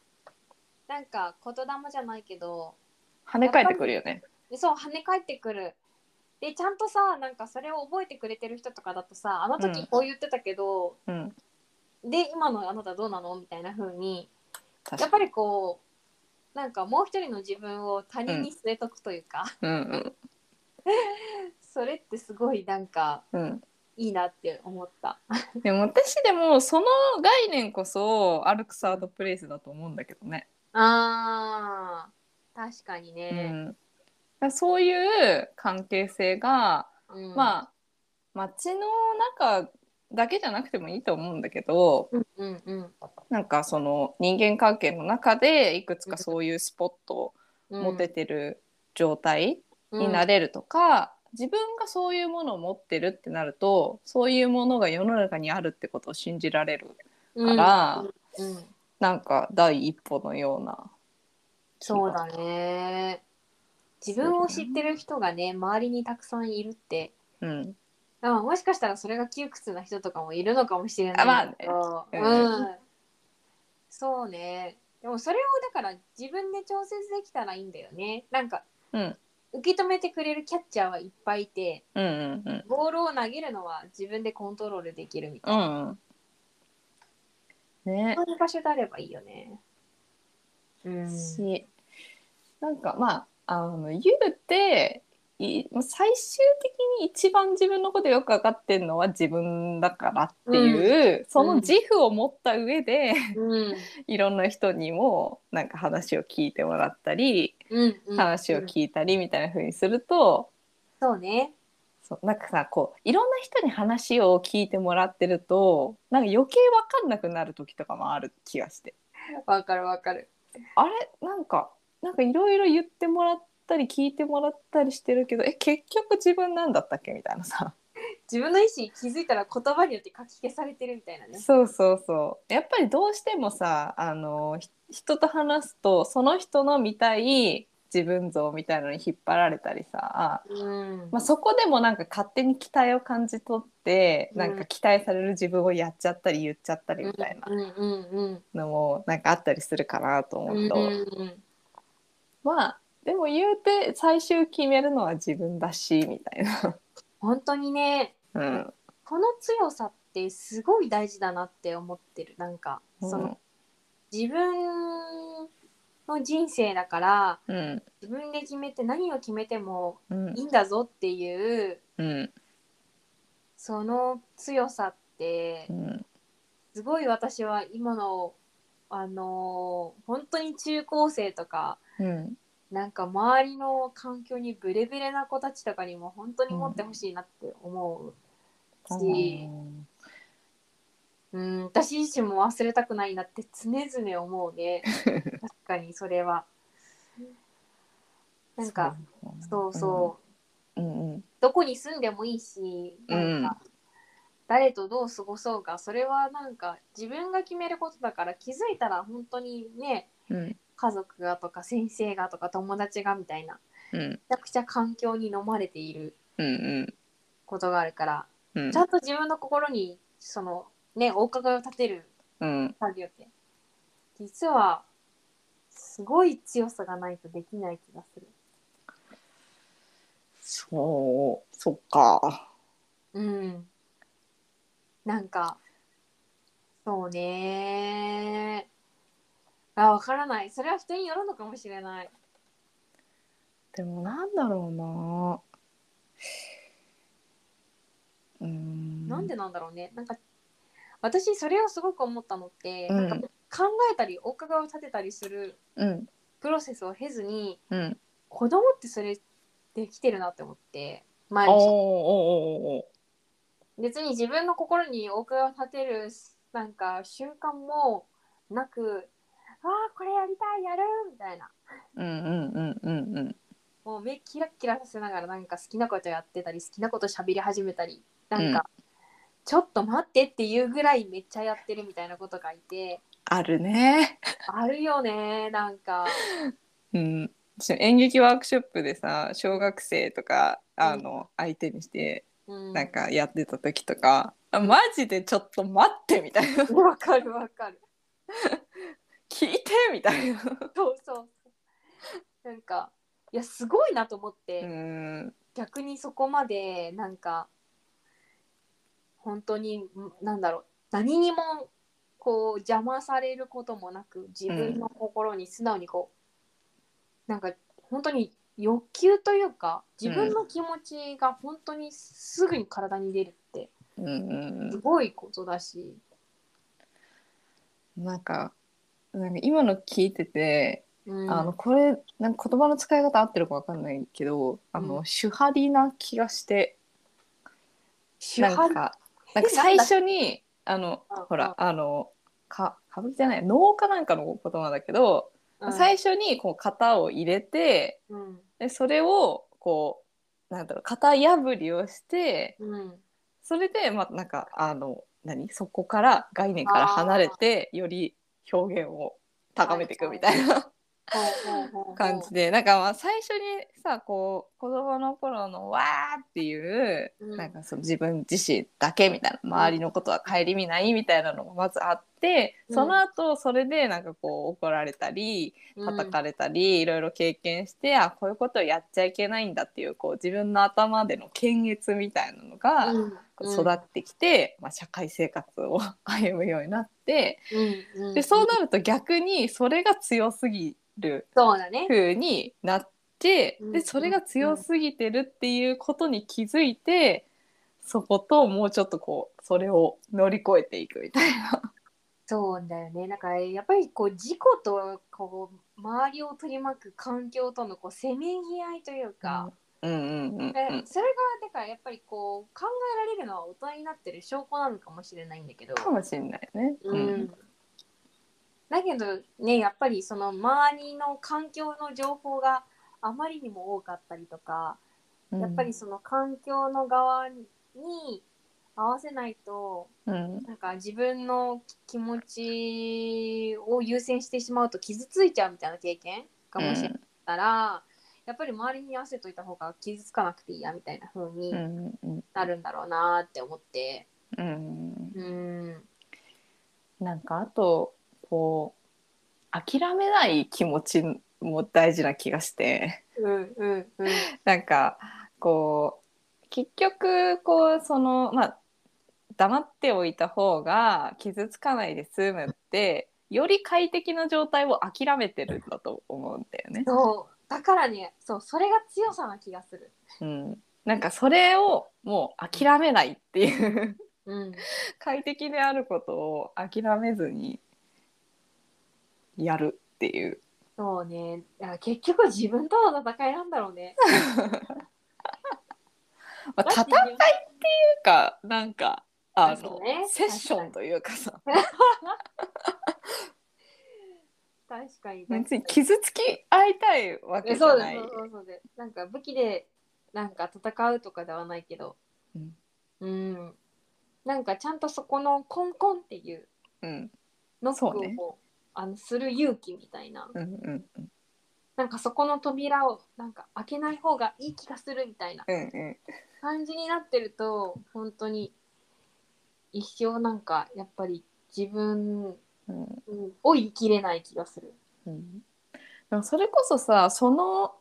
なんか言霊じゃないけど
跳ね返ってくるよね。
でそう跳ね返ってくるでちゃんとさなんかそれを覚えてくれてる人とかだとさあの
う
時
ん
こう言ってたけど、
うん、
で今のあなたどうなのみたいな風にや
確
っ
か
ぱりこうなんかもう一人の自分を他人に据えとくというか、 (laughs)
に。うん
それってすごいなんか
うん
いいなって思った。
うん、でも私でもその概念こそアルクサードプレイスだと思うんだけどね、
あー確かにね、
うん、だからそういう関係性が、
うん
まあ街の中だけじゃなくてもいいと思うんだけど
うんうんうん
なんかその人間関係の中でいくつかそういうスポットを
うん。
持ててる状態にな
れ
れるとか、自分がそういうものを持ってるってなるとそういうものが世の中にあるってことを信じられるから、
うん、
なんか第一歩のような
そうだね。自分を知ってる人がね、周りにたくさんいるって、
うん、
あもしかしたらそれが窮屈な人とかもいるのかもしれ
あまあ
ない
ね
けど、
うん
うん、そうね。でもそれをだから自分で調節できたらいいんだよね。なんか、
うん
受け止めてくれるキャッチャーはいっぱいいて、
うんうんうん
ボールを投げるのは自分でコントロールできるみたい
うんうんね
な、そういう場所であればいいよね。うん
しなんかまああの言うていもう最終的に一番自分のことよく分かってるのは自分だからっていう、その自負を持った上で、
うん
いろんな人にもなんか話を聞いてもらったり、
うんうん
話を聞いたりみたいな風にすると、
そうね。
そうなんかさこういろんな人に話を聞いてもらってるとなんか余計分かんなくなる時とかもある気がして
わかるわかる。
あれなんかなんかいろいろ言ってもらったり聞いてもらったりしてるけどえ結局自分なんだったっけみたいな
(laughs)
さ
自分の意思に気づいたら言葉によって書き消されてるみたいなね。
そうそうそうやっぱりどうしてもさあのひ人と話すとその人の見たい自分像みたいのに引っ張られたりさ
うん
まあ、そこでもなんか勝手に期待を感じ取って、
うん
なんか期待される自分をやっちゃったり言っちゃったりみたい
うんうんうん
なのもなんかあったりするかなと
う
思
ん
うと、
うん
まあでも言うて最終決めるのは自分だしみたいな。
本当にね
うん
この強さってすごい大事だなって思ってるなんかその、自分の人生だから
うん
自分で決めて何を決めても
うん
いいんだぞっていう
うん
その強さって
うん
すごい私は今のあのー本当に中高生とか
うん、
なんか周りの環境にブレブレな子たちとかにも本当に持ってほしいなって思うし、うん、私自身も忘れたくないなって常々思う (laughs) ね確かにそれはなんかそうそう
うんうん
うどこに住んでもいいしなんか誰とどう過ごそうかそれはなんか自分が決めることだから気づいたら本当にね
うん
家族がとか先生がとか友達がみたいな
うん
めちゃくちゃ環境に飲まれている
うん
ことがあるから、
うん
ちゃんと自分の心にそのねお伺いを立てる
うん
作業って実はすごい強さがないとできない気がする。
そうそっか
うん、なんかそうねあわからないそれは人によるのかもしれない。
でもなんだろうな。うーん。
なんでなんだろうねなんか私それをすごく思ったのって、
うん
なんか考えたりお伺いを立てたりする
うん
プロセスを経ずに、
うん。
子供ってそれできてるなって思って前
おーおー
に
お
別に自分の心にお伺いを立てるなんか瞬間もなく「ああこれやりたいやる!」みたいな
ーおーおー。うんうんうんうんうん。
もう目キラッキラさせながらなんか好きなことやってたり好きなこと喋り始めたりなんか、ちょっと待ってっていうぐらいめっちゃやってるみたいなことがいて
あるね。
あるよねなんか
うん。私演劇ワークショップでさ小学生とかあの相手にして
うん
なんかやってた時とか、あマジでちょっと待ってみたいな (laughs)
わかるわかる
聞いてみたいな
そうそうそうなんかいやすごいなと思って。
うん
逆にそこまでなんか本当にんなんだろう何にもこう邪魔されることもなく自分の心に素直にこう、なんか本当に欲求というか自分の気持ちが本当にすぐに体に出るって
うんうん
すごいことだし、
うんなんかなんか今の聞いてて
うん、
あのこれなんか言葉の使い方合ってるかわかんないけどあの、
うん
主張な気がして
主
なん
張
かなんか最初にあの
うん
ほらあのか歌舞伎じゃない農家なんかの言葉だけど、最初にこう型を入れて
うん
でそれをこうなんだろう型破りをして
うん
それでまあなんかあの何そこから概念から離れてより表現を高めていくみたいな感じでなんかまあ最初にさこう子供の頃の「わー」っていう、
うん
なんかその自分自身だけみたいな周りのことは顧みないみたいなのがまずあって、
うん
その後それでなんかこう怒られたり叩かれたり、いろいろ経験してあこういうことをやっちゃいけないんだっていうこう自分の頭での検閲みたいなのが。こう育ってきて、まあ、社会生活を (laughs) 歩むようになって
うん
でそうなると逆にそれが強すぎる
そうだね。
風になって
うん
でそれが強すぎてるっていうことに気づいてそこともうちょっとこうそれを乗り越えていくみたいな。
そうだよね。なんかやっぱりこう自己とこう周りを取り巻く環境とのこうせめぎ合いというか、
うんうんうんうん
でそれがだからやっぱりこう考えられるのは大人になってる証拠なのかもしれないんだけど。
かもしれないね。
う
うん
んだけどねやっぱりその周りの環境の情報があまりにも多かったりとか、やっぱり、その環境の側に合わせないと
うん
なんか自分の気持ちを優先してしまうと傷ついちゃうみたいな経験がもしあったら、やっぱり周りに合わせといた方が傷つかなくていいやみたいな風に
うんうん
なるんだろうなって思って。
うん
うん、
なんかあとこう諦めない気持ちも大事な気がして
うん、うん、うん、
なんかこう結局こうそのまあ黙っておいた方が傷つかないで済むってより快適な状態を諦めてるんだと思うんだよね。
そうだからねそうそれが強さな気がする。
うん、なんかそれをもう諦めないっていう
うん、
快適であることを諦めずにやるっていう。
そうねだから結局自分との戦いなんだろうね。
まあ、戦い
い
かなんかあ
そ
の、
うね
セッションというかさ
確かに
別に傷つき合いたいわけ
え
じゃ
そうで
な
す
い
そうそうそうですなんか武器でなんか戦うとかではないけど
うん、
うんなんかちゃんとそこのコンコンっていう
うん
ノックを
そうね
あのする勇気みたいな
うんうん
なんかそこの扉をなんか開けない方がいい気がするみたいな
うんうん
感じになってると本当に一生なんかやっぱり自分
うん
を生きれない気がする。
うんでもそれこそさその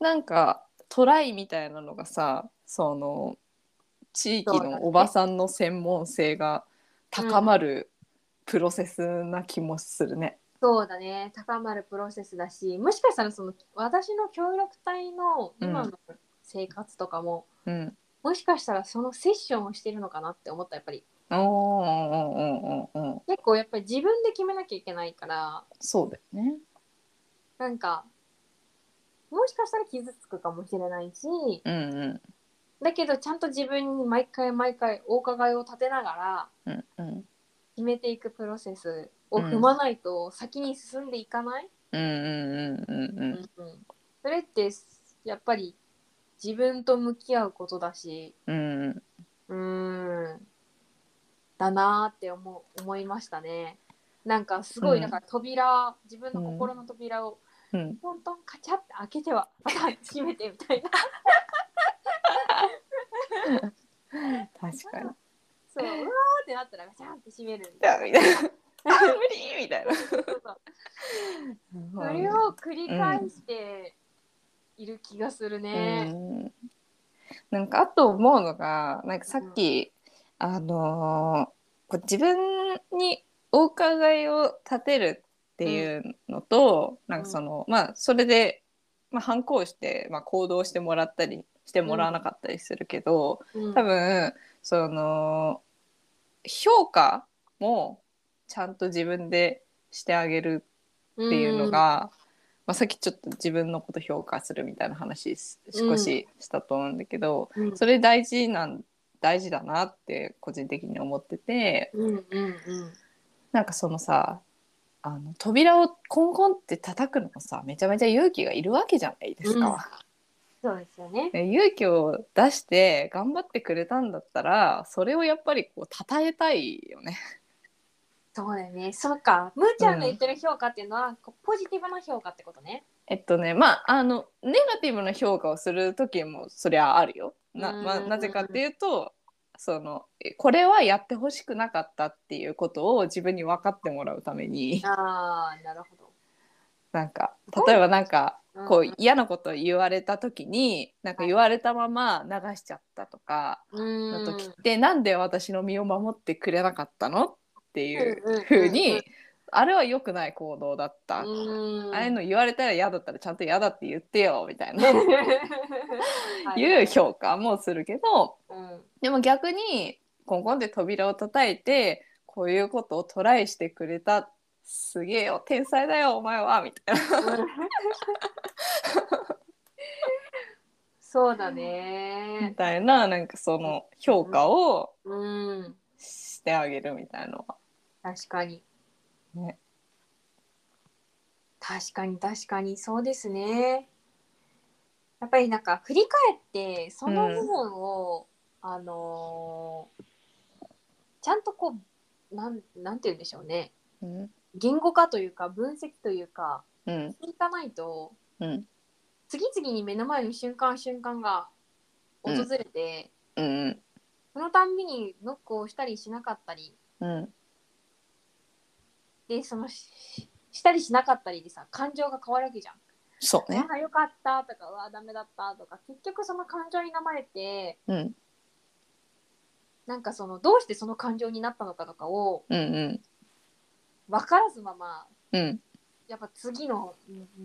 なんかトライみたいなのがさその地域
そうだ
の
ね
おばさんの専門性が高まるプロセスな気もするね。
そうだね高まるプロセスだしもしかしたらその私の協力隊の今の生活とかも、
うん、
もしかしたらそのセッションをしてるのかなって思ったやっぱり
おーおーおーおーおー
結構やっぱり自分で決めなきゃいけないから
そうだよね。
なんかもしかしたら傷つくかもしれないし
うんうん
だけどちゃんと自分に毎回毎回お伺いを立てながら
うんうん
決めていくプロセスを踏まないと先に進んでいかない、
うんうんうんうんうん
うんうんそれってやっぱり自分と向き合うことだし
うんうん
うーんだなーって思う思いましたね。なんかすご
う
い
ん
だから扉、自分の
うん
心の扉を
うん
トントンカチャって開けてはまた閉めてみたいな (laughs)
確かに。
そううわーってなったらガチャンって閉めるみ
だ
たい
み
な
たいな。あ無理みたいな。
そうそうそうそれを繰り返している気がするね。
うんなんかあと思うのがなんかさっき、あのーこう自分にお伺いを立てるっていうのと、なんかそのまあそれで、まあ、反抗して、まあ、行動してもらったりしてもらわなかったりするけど、
うん
多分その評価もちゃんと自分でしてあげるっていうの、が、まあ、さっきちょっと自分のこと評価するみたいな話し
うん
少ししたと思うんだけど、
うん
それ大事なん大事だなって個人的に思ってて
うんうんうん。
なんかそのさあの扉をコンコンって叩くのもさめちゃめちゃ勇気がいるわけじゃないですか。
そうですよね。
ね勇気を出して頑張ってくれたんだったらそれをやっぱりこう称えたいよね。
そうだよね。そうか。むーちゃんの言ってる評価っていうのは、こうポジティブな評価ってことね。
えっとねまああのネガティブな評価をする時もそりゃあるよ。な,、まあ、
うん
なぜかっていうとそのえこれはやってほしくなかったっていうことを自分に分かってもらうために
ああ、なるほど。
なんか例えばなんか
うん
こう嫌なこと言われた時になんか言われたまま流しちゃったとか
うん、
の時ってなんで私の身を守ってくれなかったのっていう
うんうんうんうん
ふうにあれは良くない行動だった。
うん
ああいうの言われたら嫌だったらちゃんと嫌だって言ってよみたいな
はい
いう評価もするけど (laughs)
うん
でも逆にコンコンって扉を叩いてこういうことをトライしてくれたすげえよ天才だよお前はみたいな
そうだ
み
ね。
たいななんかその評価を
うん。
してあげるみたいなのは
確かに。
ね
確かに確かにそうですね。やっぱりなんか振り返ってその部分を、あのーちゃんとこうなんなんて言うんでしょうね
うん
言語化というか分析というか
うん
していかないと
うん
次々に目の前の瞬間瞬間が訪れて、
うん
そのたんびにノックをしたりしなかったり
うん
でそのししたりしなかったりでさ感情が変わるわけじゃん。
そうね
ああよかったとかうわダメだったとか結局その感情に飲まれて
うん
なんかそのどうしてその感情になったのかとかを
うんうん
分からずまま
うん
やっぱ次の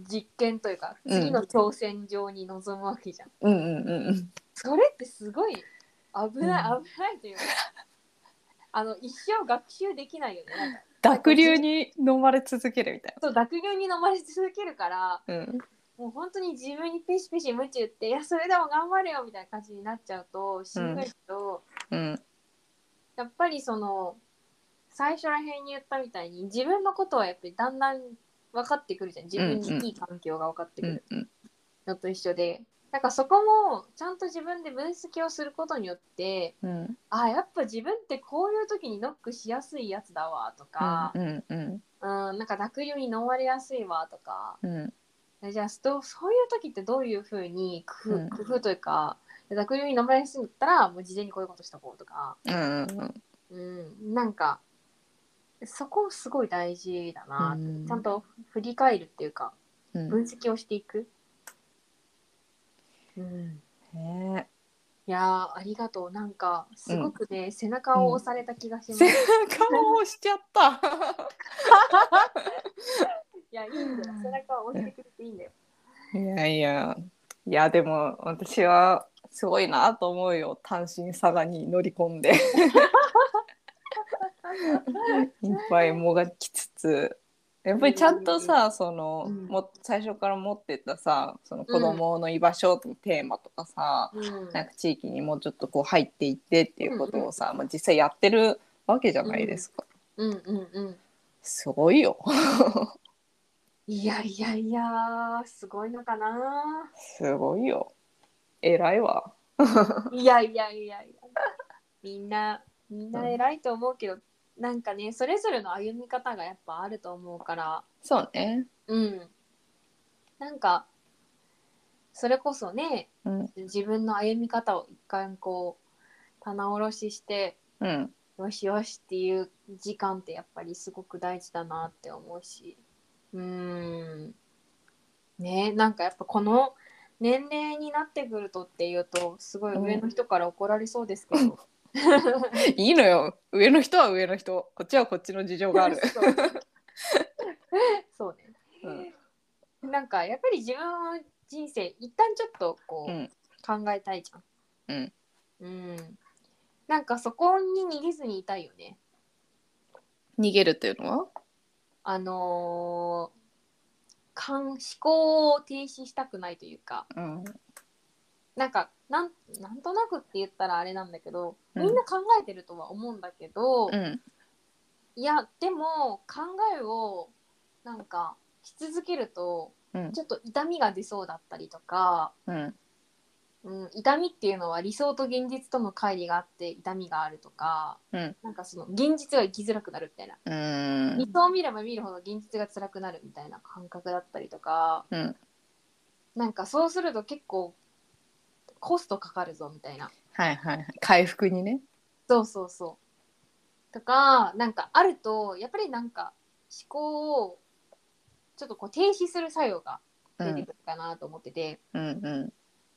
実験というか
うん
次の挑戦上に臨むわけじゃん、
うんうんうんうん
それってすごい危ない、
う
危ないというか (laughs) あの一生学習できないよねなんか
濁流に飲まれ続けるみたい
そう濁流に飲まれ続けるから
なうん
もう本当に自分にペシペシ夢中っていやそれでも頑張れよみたいな感じになっちゃうとしんどいけど、
うん
やっぱりその最初らへんに言ったみたいに自分のことはやっぱりだんだん分かってくるじゃん自分にいい環境が分かって
う
くる
んうん
のと一緒で、なんかそこもちゃんと自分で分析をすることによって
うん
あやっぱ自分ってこういう時にノックしやすいやつだわとか、
うんうん
うんなんか濁流に飲まれやすいわとか
うん
じゃあそうそういう時ってどういうふうに工夫,、
うん
工夫というか濁流に飲まれやすいんだったらもう事前にこういうことしとこうとか。
うんうん
うん、なんかそこすごい大事だな、
うん
ちゃんと振り返るっていうか
うん
分析をしていく、うん、
ね
いやーありがとうなんかすごくね、背中を押された気がし
え
ます、
背
い
中を押しちゃった。
やいいんだよ背中を押してくれていいんだよ
いやいや。いやでも私はすごいなと思うよ単身佐賀に乗り込んでいっぱいもがきつつやっぱりちゃんとさその、
うん
も最初から持ってたさその子供の居場所ってテーマとかさ、
うん
なんか地域にもうちょっとこう入っていってっていうことをさ、まあ、実際やってるわけじゃないですか、
うんうんうん
すごいよ
いやいやいやーすごいのかな
すごいよ偉いわ
いやいやいやいやみんなみんな偉いと思うけど、なんかねそれぞれの歩み方がやっぱあると思うから
そうね
うん。なんか、それこそね、
うん
自分の歩み方を一回こう、棚卸しして、
うん
よしよしっていう時間ってやっぱりすごく大事だなって思うし。うーん。ねなんかやっぱこの年齢になってくるとっていうと、すごい上の人から怒られそうですけど。、
いいのよ上の人は上の人こっちはこっちの事情がある
(laughs) そうそうね。
うん
なんかやっぱり自分の人生一旦ちょっとこ
うん
う、考えたいじゃん。うん。なんかそこに逃げずにいたいよね。
逃げるっていうのは
あのー、感思考を停止したくないというか
うん
なんかなんなんとなくって言ったらあれなんだけど
うん
みんな考えてるとは思うんだけど、
うん
いやでも考えをなんかし続けると
うん
ちょっと痛みが出そうだったりとか、
うん
うん、痛みっていうのは理想と現実との乖離があって痛みがあるとか、
うん
なんかその現実が生きづらくなるみたいな、
うーん
理想を見れば見るほど現実が辛くなるみたいな感覚だったりとか
うん
なんかそうすると結構コストかかるぞみたいな
はいはいはい回復にね
そうそうそうとかなんかあるとやっぱりなんか思考をちょっとこう停止する作用が
う
出て
ん
くるかなと思ってて、
うんうん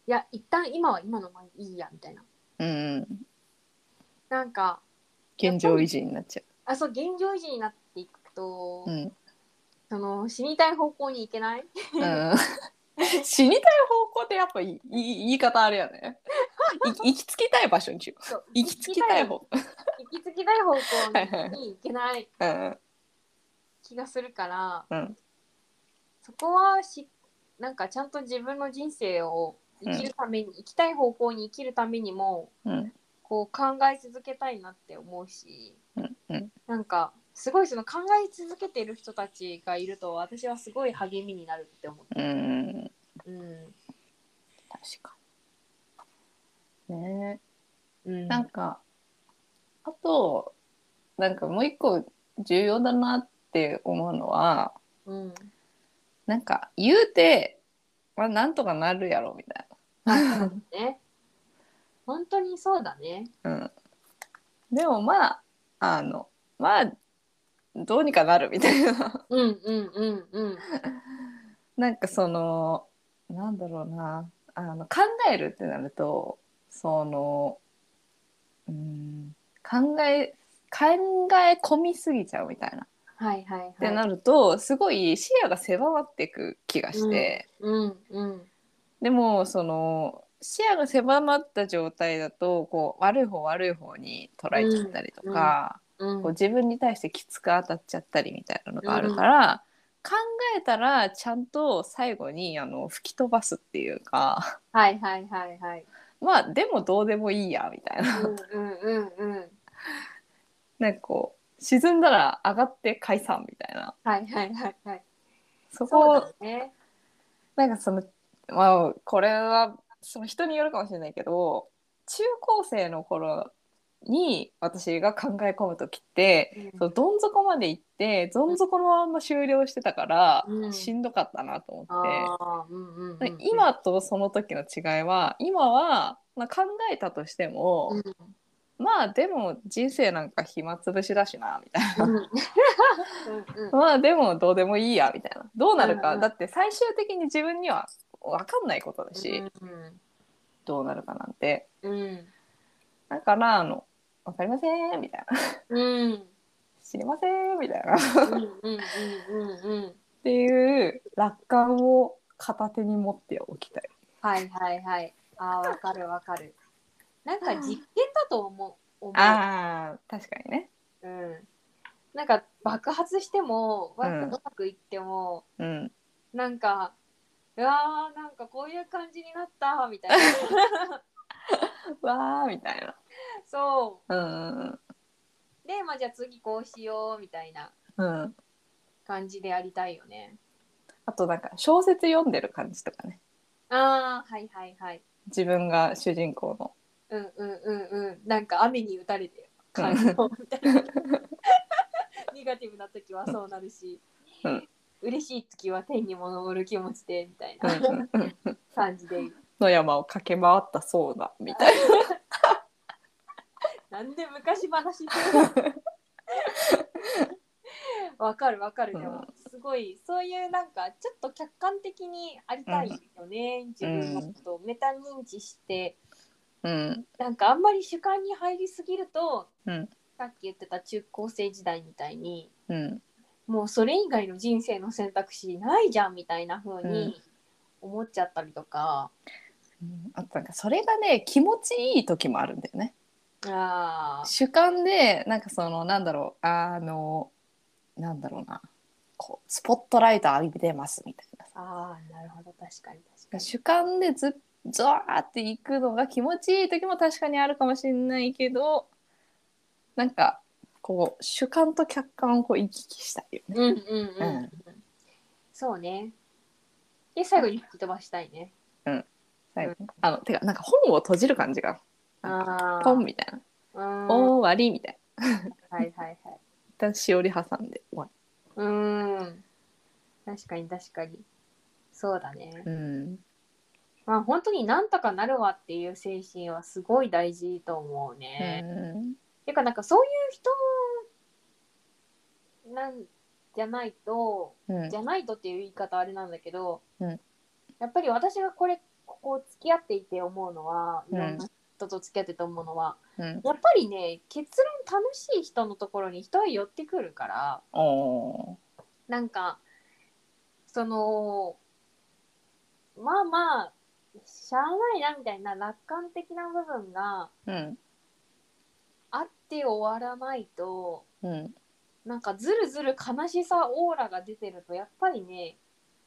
いや一旦今は今のままいいやみたいな
うんうん
なんか
現状維持になっちゃ
あそう現状維持になっていくと、
ううん
その死にたい方向に行けな
う
い (laughs)
ん (laughs) 死にたい方向ってやっぱいい言い方あれやねい行き着きたい場所にしよう
そう
行き着きたい方
行き着きたい方
はいは
向
い
に行けない
うん
気がするから、
うん
そこはしなんかちゃんと自分の人生を生きるために、生きたい方向に生きるためにも
うん
こう考え続けたいなって思うし
うんうん
なんかすごいその考え続けてる人たちがいると私はすごい励みになるって思っ
うん
て、うん
確かにねえ
うん、
なんか、あと、なんかもう一個重要だなって思うのは、
うん、
なんか言うて、まあなんとかなるやろみたい
ね本当にそうだね
な。うん。でもまあ、あの、まあ、どうにかなるみたいな。
うんうんうんうん
なんかその、なんだろうな、あの、考えるってなると、その、うん、考え、考え込みすぎちゃうみたいな。
はいはいはい
ってなるとすごい視野が狭まっていく気がして、
うんうん
でもその視野が狭まった状態だとこう悪い方悪い方に捉えちゃったりとか、
うん
こう自分に対してきつく当たっちゃったりみたいなのがあるから、考えたらちゃんと最後にあの吹き飛ばすっていうか (laughs)
はいはいはいはい
まあでもどうでもいいやみたいな (laughs)
うんうんうんうん
なんかこう沈んだら上がって解散みたいな
はいはいはいはい
そこ
そ
を
うだね
なんかそのまあこれはその人によるかもしれないけど中高生の頃に私が考え込む時ってそのどん底まで行ってどん底のまんま終了してたから、
うん
しんどかったなと思っ
あーうんうんうん
て、で今とその時の違いは今は、まあ、考えたとしても、
うん
まあでも人生なんか暇つぶしだしな (laughs) みたいな。
うんうんうん
まあでもどうでもいいやみたいなどうなるか、
うんうん
だって最終的に自分には分かんないことだし、どうなるかなんて
うん
だからあの「わかりません」みたいな (laughs)
うんうん
「知りません」みたいな (laughs) っ
うんうんうんうん
ていう楽観を片手に持っておきたい。
はいはいはいあーわかるわかるなんか実験だと思う思う
ああ確かにね。
うんなんか爆発してもわ
うん
うまくいっても、
うん、
なんかうわーなんかこういう感じになったみたいな
わーみたいな。
そ
うん
うでまあじゃあ次こうしようみたいな
うんうん、
感じでやりたいよね
あとなんか小説読んでる感じとかね
あーはいはいはい
自分が主人公の。
うんうんうんうんなんか雨に打たれて感じみたいな (laughs) ネガティブな時はそうなるし、
うん
嬉しい時は天にも昇る気持ちでみたいうなん
うんうん
感じで
野山を駆け回ったそうだみたいな。
なんで昔話っていうの (laughs) わかるわかるでも、すごいそういうなんかちょっと客観的にありたいよね、自分のことをメタ認知して
うん
なんかあんまり主観に入りすぎると、
うん
さっき言ってた中高生時代みたいに
うん
もうそれ以外の人生の選択肢ないじゃんみたいな風に思っちゃったりとか、
うんあとなんかそれがね気持ちいい時もあるんだよね。
あー
主観でなんかそのなんだろうあのなんだろうなこうスポットライト浴びてますみたいなさ
あーなるほど確かに確かに。
主観でずっゾワーって行くのが気持ちいい時も確かにあるかもしれないけどなんかこう主観と客観をこう行き来したいよね。
うんうんうん。
うん
そうね。で、最後に吹き飛ばしたいね。
最後
うん
あのてかなんか本を閉じる感じが
ああ。
ポンみたいな
うんは
終わりみたいな。
いはいはい。
一旦しおり挟んで終わ
うーん。確かに確かに。そうだね。
り。うん
まあ本当になんとかなるわっていう精神はすごい大事と思うね。
うん
てかなんかそういう人なんじゃないと、
うん
じゃないとっていう言い方あれなんだけど、
うん
やっぱり私がこれここ付き合っていて思うのは、
うん
いろんな人と付き合ってて思うのは、
うん
やっぱりね結論楽しい人のところに人は寄ってくるから
お
なんかそのまあまあしゃあないなみたいな楽観的な部分が
ーうん
あって終わらないと
うん
なんかずるずる悲しさオーラが出てるとやっぱりね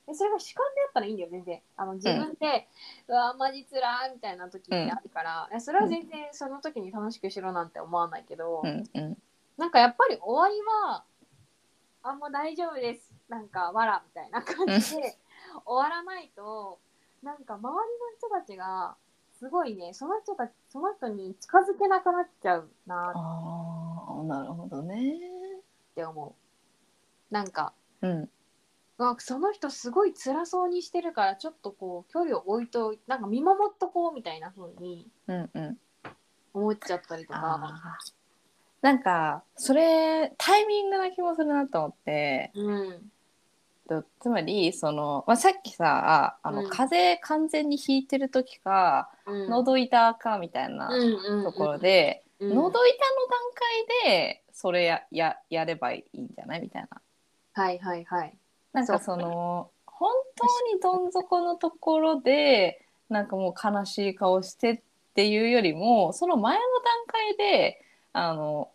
でそれが主観であったらいいんだよ全然あの自分で、うわマジつらーみたいな時ってあるから、いやそれは全然その時に楽しくしろなんて思わないけど、
うんうん
なんかやっぱり終わりはあもう大丈夫ですなんかわらみたいな感じで終わらないとなんか周りの人たちがすごいねその人たちその人に近づけなくなっちゃうな
ああなるほどね。
って思うなんか
うん
うわその人すごい辛そうにしてるからちょっとこう距離を置いといなんか見守っとこうみたいな風に
うんうん。
思っちゃったりとか
あーなんかそれタイミングな気もするなと思って
うん
とつまりその、まあ、さっきさあの、
うん
風邪完全にひいてる時か、
うん
喉痛かみたいなところ、で、
うんうんうんうん
喉痛の段階でそれやややればいいんじゃないみたいな
はいはいはい
なんかその本当にどん底のところでなんかもう悲しい顔してっていうよりもその前の段階であの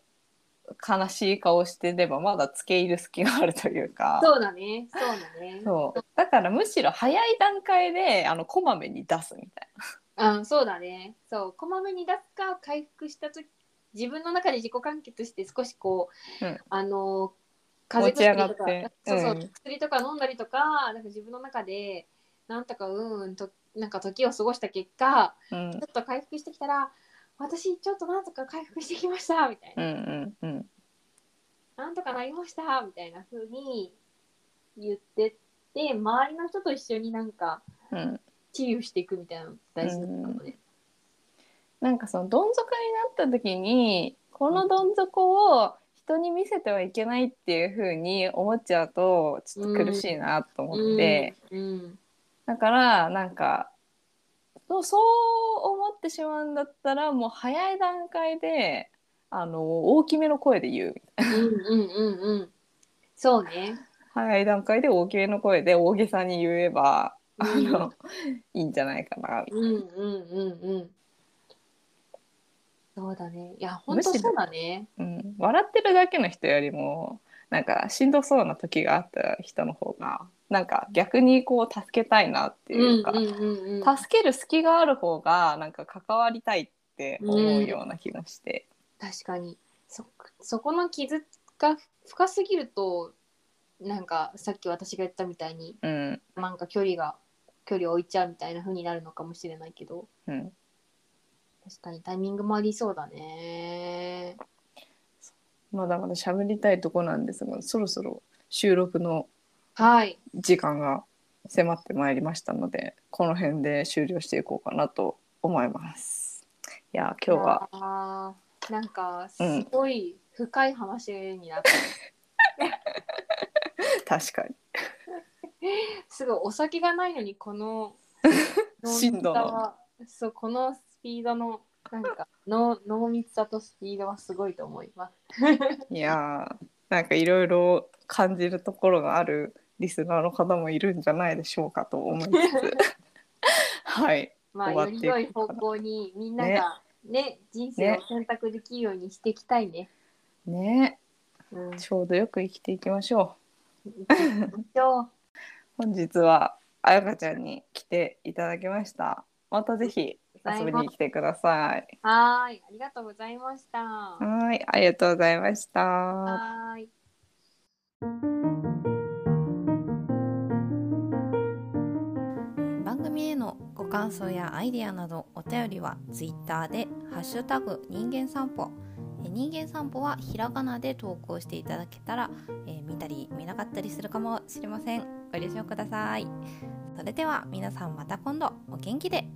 悲しい顔してればまだつけ入る隙があるというか
そうだねそうだね
そうだからむしろ早い段階であのこまめに出すみたい
あそうだねそうこまめに出すか回復した時自分の中で自己完結して少しこう、
うん
あの
持ち上が
と
っ
か
て
そうそう、
うん
薬とか飲んだりとかなんか自分の中でなんとかうんうんとなんか時を過ごした結果
な。うん
ちょっと回復してきたら私ちょっとなんとか回復してきましたみたい
うん
な、
うんうん
なんとかなりましたみたいな風に言ってって周りの人と一緒になんか
うん、
治癒していくみたいなの大事だったのね。
なんかそのどん底になった時にこのどん底を人に見せてはいけないっていう風に思っちゃうとちょっと苦しいなと思って、
うん
だからなんかそうそう思ってしまうんだったらもう早い段階であの大きめの声で言う
うんうんうんうん。そうね。
早い段階で大きめの声で大げさに言えばあ
うん
の、いいんじゃないかな
うんうんうんうん。そうだね。いや、本
むし
当
ろ
そうだね。
うん、笑ってるだけの人よりもなんかしんどそうな時があった人の方がなんか逆にこう助けたいなって
うん
いう
うん
か、
うんうん。
助ける隙がある方がなんか関わりたいって思うような気がして、
確かに。そ、そこの傷が深すぎると、なんかさっき私が言ったみたいに、
うん
なんか距離が、距離を置いちゃうみたいな風になるのかもしれないけど、
うん、
確かにタイミングもありそうだね。
まだまだ喋りたいとこなんですがそろそろ収録の
はい。
時間が迫ってまいりましたのでこの辺で終了していこうかなと思います。いや今日は
あーなんか、す
うん
ごい深い話になった。
確かに
すごいお酒がないのに
(laughs)
この
深度の
濃密さはそうこのスピードのなんかの濃密さとスピードはすごいと思います。
いやーなんかいろいろ感じるところがあるリスナーの方もいるんじゃないでしょうかと思いつつはい
まあ
終わ
よ
ってい
り
くのかない
良方向にみんながね人生を選択できるようにしていきたいね。
ね
うん、
ちょうどよく生きていきましょ
今日
う本日はあやかちゃんに来ていただきましたまたぜひ遊びに来てください。
はーい、ありがとうございました。
はい、ありがとうございました。
はーい。
番組へのご感想やアイディアなどお便りは Twitter で「ハッシュタグ人間散歩」えー人間散歩はひらがなで投稿していただけたら、えー見たり見なかったりするかもしれませんご了承くださいそれでは皆さんまた今度お元気で